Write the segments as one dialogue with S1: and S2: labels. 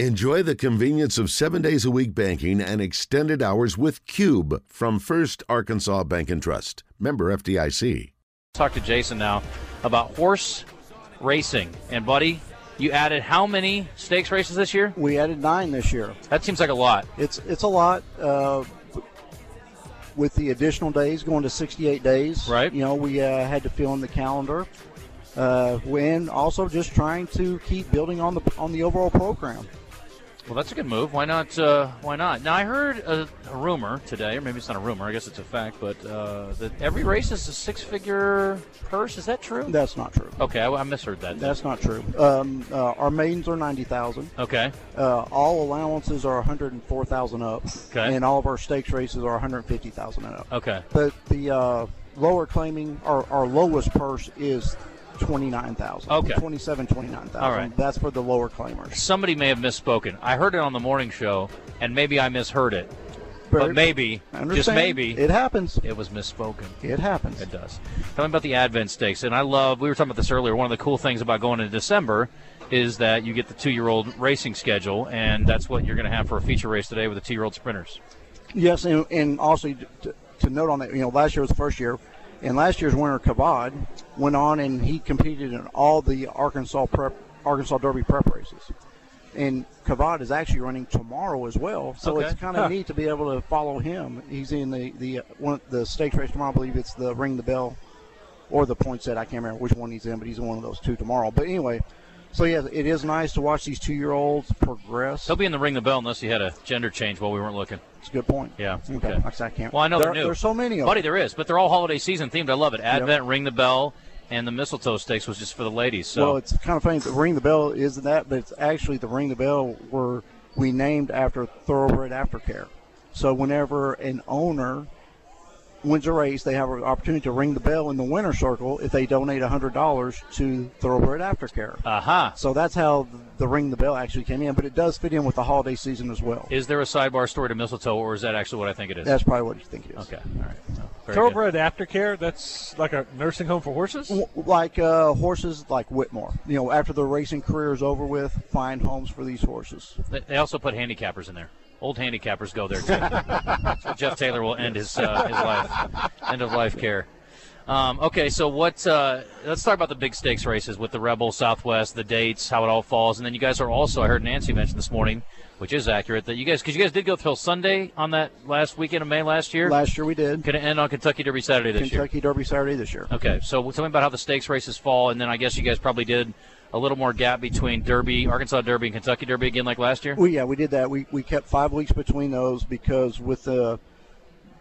S1: Enjoy the convenience of seven days a week banking and extended hours with Cube from First Arkansas Bank and Trust. Member FDIC.
S2: Talk to Jason now about horse racing. And, buddy, you added how many stakes races this year?
S3: We added nine this year.
S2: That seems like a lot.
S3: It's it's a lot uh, with the additional days going to 68 days.
S2: Right.
S3: You know, we uh, had to fill in the calendar. Uh, and also just trying to keep building on the on the overall program.
S2: Well, that's a good move. Why not? Uh, why not? Now, I heard a, a rumor today, or maybe it's not a rumor. I guess it's a fact, but uh, that every race is a six-figure purse. Is that true?
S3: That's not true.
S2: Okay, I, I misheard that.
S3: That's not true. Um, uh, our maidens are 90,000.
S2: okay.
S3: Uh, all allowances are 104,000 up.
S2: Okay.
S3: And all of our stakes races are 150,000 and up.
S2: Okay.
S3: But the uh, lower claiming, our, our lowest purse is 29,000.
S2: Okay.
S3: 27, 29,000.
S2: All right.
S3: That's for the lower claimers.
S2: Somebody may have misspoken. I heard it on the morning show, and maybe I misheard it.
S3: Very-
S2: But maybe,
S3: I understand.
S2: just maybe,
S3: It happens.
S2: it was misspoken.
S3: It happens.
S2: It does. Tell me about the Advent stakes. And I love, we were talking about this earlier. One of the cool things about going into December is that you get the two year old racing schedule, and that's what you're going to have for a feature race today with the two year old sprinters.
S3: Yes, and, and also to, to note on that, you know, last year was the first year, and last year's winner Kavad went on and he competed in all the Arkansas prep, Arkansas Derby prep races, and Kavad is actually running tomorrow as well. So
S2: Okay.
S3: it's kind of
S2: Huh.
S3: neat to be able to follow him. He's in the the uh, one the stakes race tomorrow. I believe it's the Ring the Bell or the point set. I can't remember which one he's in, but he's in one of those two tomorrow. But anyway. So yeah, it is nice to watch these two-year-olds progress.
S2: He'll be in the ring the bell unless you had a gender change while we weren't looking.
S3: That's a good point.
S2: Yeah,
S3: Okay.
S2: okay.
S3: Like I said, I can't.
S2: Well, I know
S3: there,
S2: they're new.
S3: There's so many of
S2: Buddy,
S3: them.
S2: there is, but they're all holiday season themed. I love it. Advent, ring the bell, and the mistletoe stakes was just for the ladies. So
S3: Well, it's kind of funny. The ring the bell isn't that, but it's actually the ring the bell were we named after thoroughbred aftercare. So whenever an owner wins a race, they have an opportunity to ring the bell in the winner circle if they donate hundred dollars to thoroughbred aftercare.
S2: aha.
S3: So that's how the ring the bell actually came in, but it does fit in with the holiday season as well.
S2: Is there a sidebar story to mistletoe, or is that actually what I think it is?
S3: That's probably what you think it is.
S2: okay. All right. Well, very good.
S4: Thoroughbred aftercare, that's like a nursing home for horses?
S3: W- like uh, horses like Whitmore. You know, after their racing career is over with, find homes for these horses.
S2: They- They also put handicappers in there. Old handicappers go there. Too. That's where Jeff Taylor will end his uh, his life, end of life care. Um, okay, so what? Uh, let's talk about the big stakes races with the Rebel Southwest, the dates, how it all falls, and then you guys are also. I heard Nancy mention this morning, which is accurate, that you guys because you guys did go till Sunday on that last weekend of May last year.
S3: Last year we did.
S2: Going to end on Kentucky Derby Saturday this year.
S3: Kentucky Derby Saturday this year.
S2: Okay, so tell me about how the stakes races fall, and then I guess you guys probably did a little more gap between Derby, Arkansas Derby, and Kentucky Derby again, like last year.
S3: We yeah we did that. We we kept five weeks between those because with the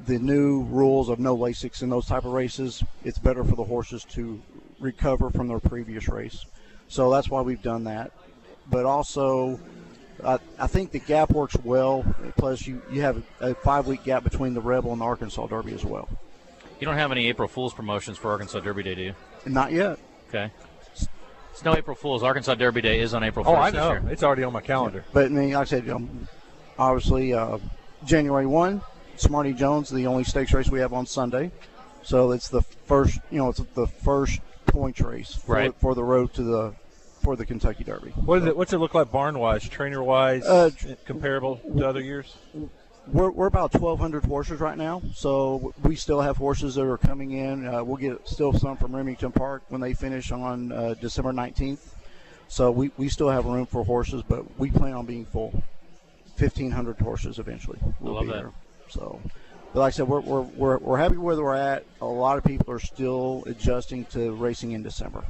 S3: the new rules of no Lasix in those type of races, it's better for the horses to recover from their previous race. So that's why we've done that. But also, I, I think the gap works well. Plus, you, you have a five week gap between the Rebel and the Arkansas Derby as well.
S2: You don't have any April Fool's promotions for Arkansas Derby Day, do you?
S3: Not yet.
S2: Okay. It's no April Fool's. Arkansas Derby Day is on April 1st
S4: Oh, I
S2: this
S4: know.
S2: year.
S4: It's already on my calendar.
S3: But I mean, like I said, um, obviously uh, January one, Smarty Jones, the only stakes race we have on Sunday, so it's the first, you know, it's the first points race for,
S2: Right.
S3: for the road to the for the Kentucky Derby.
S4: What is it, what's it look like barn wise, trainer wise,
S3: Uh, tr-
S4: comparable to other years?
S3: We're, we're about 1,200 horses right now, so we still have horses that are coming in. Uh, we'll get still some from Remington Park when they finish on uh, December 19th. So we, we still have room for horses, but we plan on being full. 1,500 horses eventually. We'll
S2: love
S3: be
S2: that.
S3: there. So, but like I said, we're, we're, we're, we're happy where we're at. A lot of people are still adjusting to racing in December.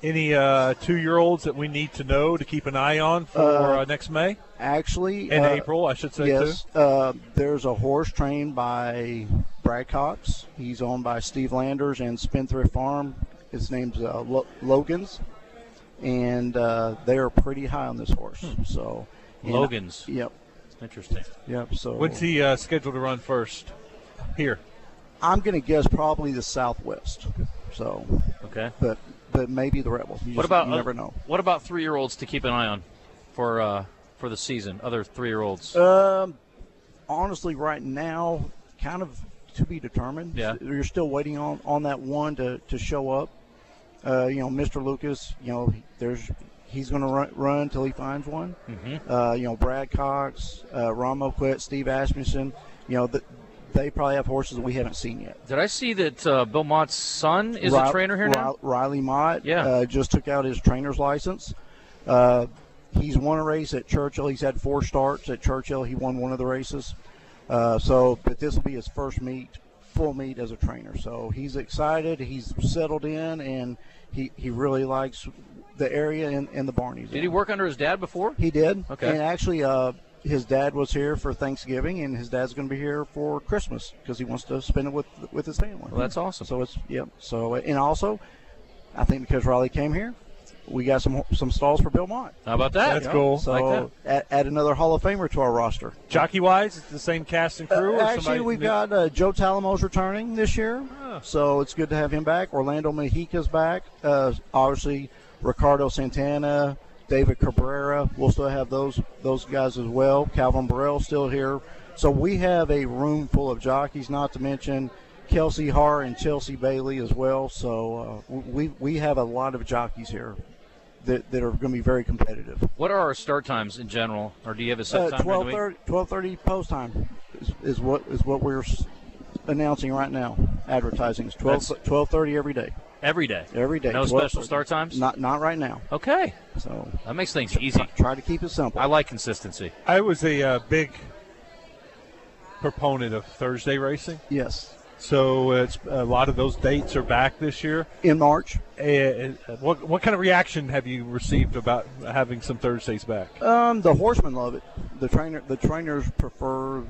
S4: Any uh, two year olds that we need to know to keep an eye on for
S3: Uh,
S4: uh, next May
S3: Actually,
S4: and
S3: uh,
S4: April, I should say,
S3: Yes, uh, there's a horse trained by Brad Cox. He's owned by Steve Landers and Spendthrift Farm. His name's uh, Lo- Logan's, and uh, they are pretty high on this horse. So, and-
S2: Hmm. Logan's.
S3: Yep,
S2: Interesting.
S3: yep. So,
S4: too. When's he uh, scheduled to run first? Here.
S3: I'm going to guess probably the Southwest. So,
S2: Okay.
S3: but but maybe the Rebel. You
S2: What
S3: just-
S2: about
S3: you never
S2: oth-
S3: know?
S2: What about three-year-olds to keep an eye on for uh, for the season? Other three-year-olds.
S4: Uh,
S3: Um, honestly, right now, kind of to be determined.
S2: Yeah.
S3: You're still waiting on, on that one to, to show up. Uh, you know, Mr. Lucas, you know, there's he's going to run, run until he finds one. Mm-hmm. Uh, you know, Brad Cox, uh, Romo Quit, Steve Asmussen. You know, th they probably have horses that we haven't seen yet.
S2: Did I see that uh, Bill Mott's son is
S3: Ri-
S2: a trainer here
S3: Ri-
S2: now?
S3: Riley Mott
S2: Yeah.
S3: uh, just took out his trainer's license. Uh, he's won a race at Churchill. He's had four starts at Churchill. He won one of the races. Uh, so, but this will be his first meet, full meet as a trainer. So he's excited. He's settled in, and he, he really likes the area and, and the barn he's
S2: Did
S3: in.
S2: he work under his dad before?
S3: He did.
S2: Okay.
S3: And actually, uh, his dad was here for Thanksgiving, and his dad's going to be here for Christmas because he wants to spend it with with his family.
S2: Well, that's awesome.
S3: So it's yep. So and also, I think because Riley came here, we got some some stalls for Bill Mott.
S2: How about that?
S4: That's cool.
S3: So
S2: Like that.
S3: add, add another Hall of Famer to our roster.
S4: Jockey wise, it's the same cast and crew. or
S3: Actually,
S4: somebody Ah.
S3: we've
S4: new?
S3: got uh, Joe Talamo's returning this year, so it's good to have him back. Orlando Mejica's back. Uh, obviously, Ricardo Santana, David Cabrera. We'll still have those those guys as well. Calvin Burrell still here. So we have a room full of jockeys. Not to mention Kelsey Har and Chelsea Bailey as well. So uh, we we have a lot of jockeys here that, that are going to be very competitive.
S2: What are our start times in general, or do you have a set
S3: Uh,
S2: time? during the week?
S3: 12:30 12:30 post time is, is what is what we're s- announcing right now. Advertising is 12,
S2: That's-
S3: 12:30 every day.
S2: Every day.
S3: Every day.
S2: No
S3: 12:30.
S2: special start times.
S3: Not not right now.
S2: Okay,
S3: So
S2: that makes things easy.
S3: try to keep it simple.
S2: I like consistency.
S4: I was a uh, big proponent of Thursday racing,
S3: yes.
S4: so uh, it's, a lot of those dates are back this year.
S3: In March,
S4: Uh, what what kind of reaction have you received about having some Thursdays back?
S3: um, the horsemen love it. The trainer the trainers prefer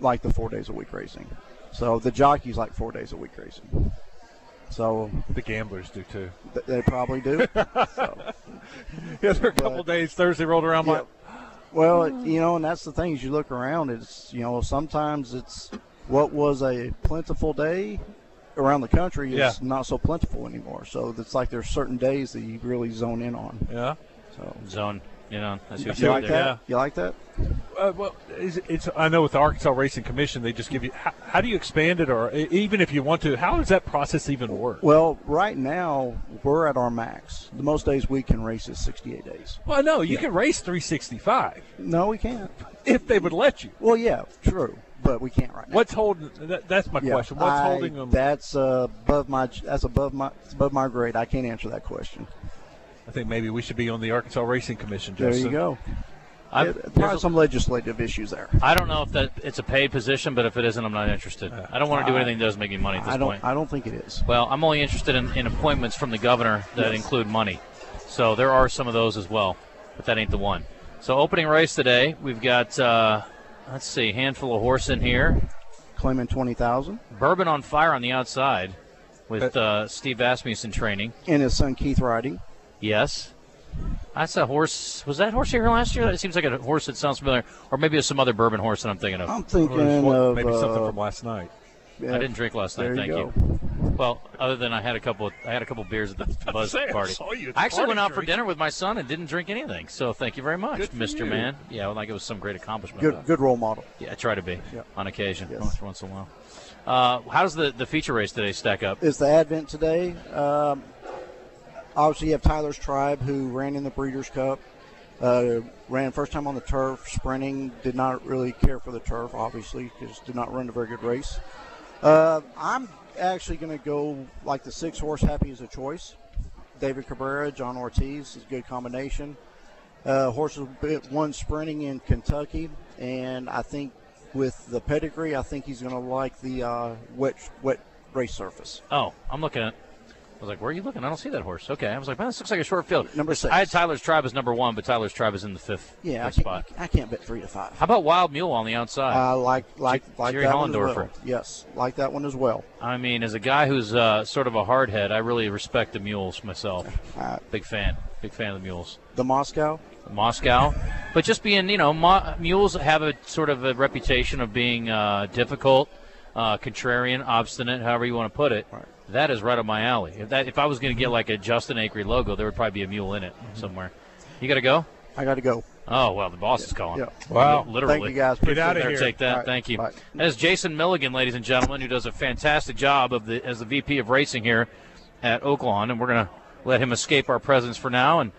S3: like the four days a week racing. So the jockeys like four days a week racing. So
S4: The gamblers do too.
S3: th- they probably do. so.
S4: Yeah, there were a couple
S3: But-
S4: days Thursday rolled around. I'm
S3: Yeah. Well, you know, and that's the thing is you look around, it's, you know, sometimes it's what was a plentiful day around the country is
S4: Yeah.
S3: not so plentiful anymore. So it's like there's certain days that you really zone in on.
S4: Like, yeah.
S3: So
S2: Zone. You know, I see what
S3: you
S2: you
S3: like
S2: did
S3: that?
S2: there.
S3: You like that?
S4: Uh, well, is, it's I know with the Arkansas Racing Commission, they just give you. How, how do you expand it, or e- even if you want to, how does that process even work?
S3: Well, right now we're at our max. The most days we can race is 68 days.
S4: Well, no, you can race 365
S3: No, we can't.
S4: if they would let you.
S3: Well, yeah, true, but we can't right now.
S4: What's holding? That, that's my
S3: Yeah,
S4: question. What's
S3: I-
S4: holding them?
S3: That's uh, above my. That's above my. It's above my grade. I can't answer that question.
S4: I think maybe we should be on the Arkansas Racing Commission.
S3: There
S4: Justin.
S3: you go.
S2: I'm-
S3: Yeah,
S2: there's
S3: probably
S2: a-
S3: some legislative issues there.
S2: I don't know if that it's a paid position, but if it isn't, I'm not interested. I don't want to do anything that doesn't make me money at this
S3: Uh, I don't.
S2: point.
S3: I don't think it is.
S2: Well, I'm only interested in, in appointments from the governor that include money. So there are some of those as well, but that ain't the one. So opening race today, we've got uh, let's see, handful of horse in here.
S3: Claiming twenty thousand,
S2: Bourbon on fire on the outside, with uh, Steve Asmussen training.
S3: and his son Keith riding.
S2: Yes, that's a horse. Was that horse here last year? That seems like a horse that sounds familiar, or maybe it's some other bourbon horse that I'm thinking of.
S3: I'm
S4: Or
S3: thinking
S4: is what-
S3: of
S4: maybe something
S3: uh,
S4: from last night.
S3: yeah,
S2: I didn't drink last night.
S3: There
S2: thank
S3: you
S2: you. Well, other than I had a couple, I had a couple beers at the buzz
S4: say, I
S2: party.
S4: saw you at the
S2: I actually
S4: party
S2: went out for
S4: drink.
S2: dinner with my son and didn't drink anything. So thank you very much,
S4: Good for
S2: Mr.
S4: you.
S2: Man. Yeah, well, like it was some great accomplishment.
S3: Good. Good role model.
S2: Yeah, I try to be
S3: Yeah.
S2: on occasion,
S3: Yes.
S2: once, once in a while. Uh, how does the, the feature race today stack up?
S3: It's the Advent today. Um, obviously, you have Tyler's Tribe who ran in the Breeders' Cup. Uh, ran first time on the turf, sprinting. Did not really care for the turf, obviously, because did not run a very good race. Uh, I'm actually going to go like the six horse happy as a choice. David Cabrera, John Ortiz is a good combination. Uh, horses bit one sprinting in Kentucky, and I think with the pedigree, I think he's going to like the uh, wet wet race surface.
S2: Oh, I'm looking at. I was like, "Where are you looking? I don't see that horse." Okay, I was like, "Man, this looks like a short field."
S3: Number six.
S2: I had Tyler's Tribe as number one, but Tyler's Tribe is in the fifth,
S3: Yeah, I
S2: fifth
S3: can't,
S2: spot.
S3: I can't bet three to five.
S2: How about Wild Mule on the outside?
S3: I like like like
S2: Jerry
S3: that one as
S2: Hollendorfer.
S3: well. Yes, like that one as well.
S2: I mean, as a guy who's uh, sort of a hardhead, I really respect the mules myself.
S3: Uh,
S2: Big fan, big fan of the mules.
S3: the Moscow.
S2: Moscow, but just being, you know, mo- mules have a sort of a reputation of being uh, difficult, uh, contrarian, obstinate, however you want to put it.
S3: Right. Mm-hmm.
S2: That is right up my alley. If that, if I was going to get like a Justin Acree logo, there would probably be a mule in it somewhere. You got to go.
S3: I got to go.
S2: Oh well, the boss is calling.
S3: Yeah.
S4: Wow.
S2: literally.
S3: Thank you guys.
S4: Get outta
S2: There,
S4: here.
S2: take that.
S3: All right,
S2: Thank you.
S3: bye.
S2: That is Jason Milligan, ladies and gentlemen, who does a fantastic job of the as the VP of racing here at Oaklawn, and we're gonna let him escape our presence for now and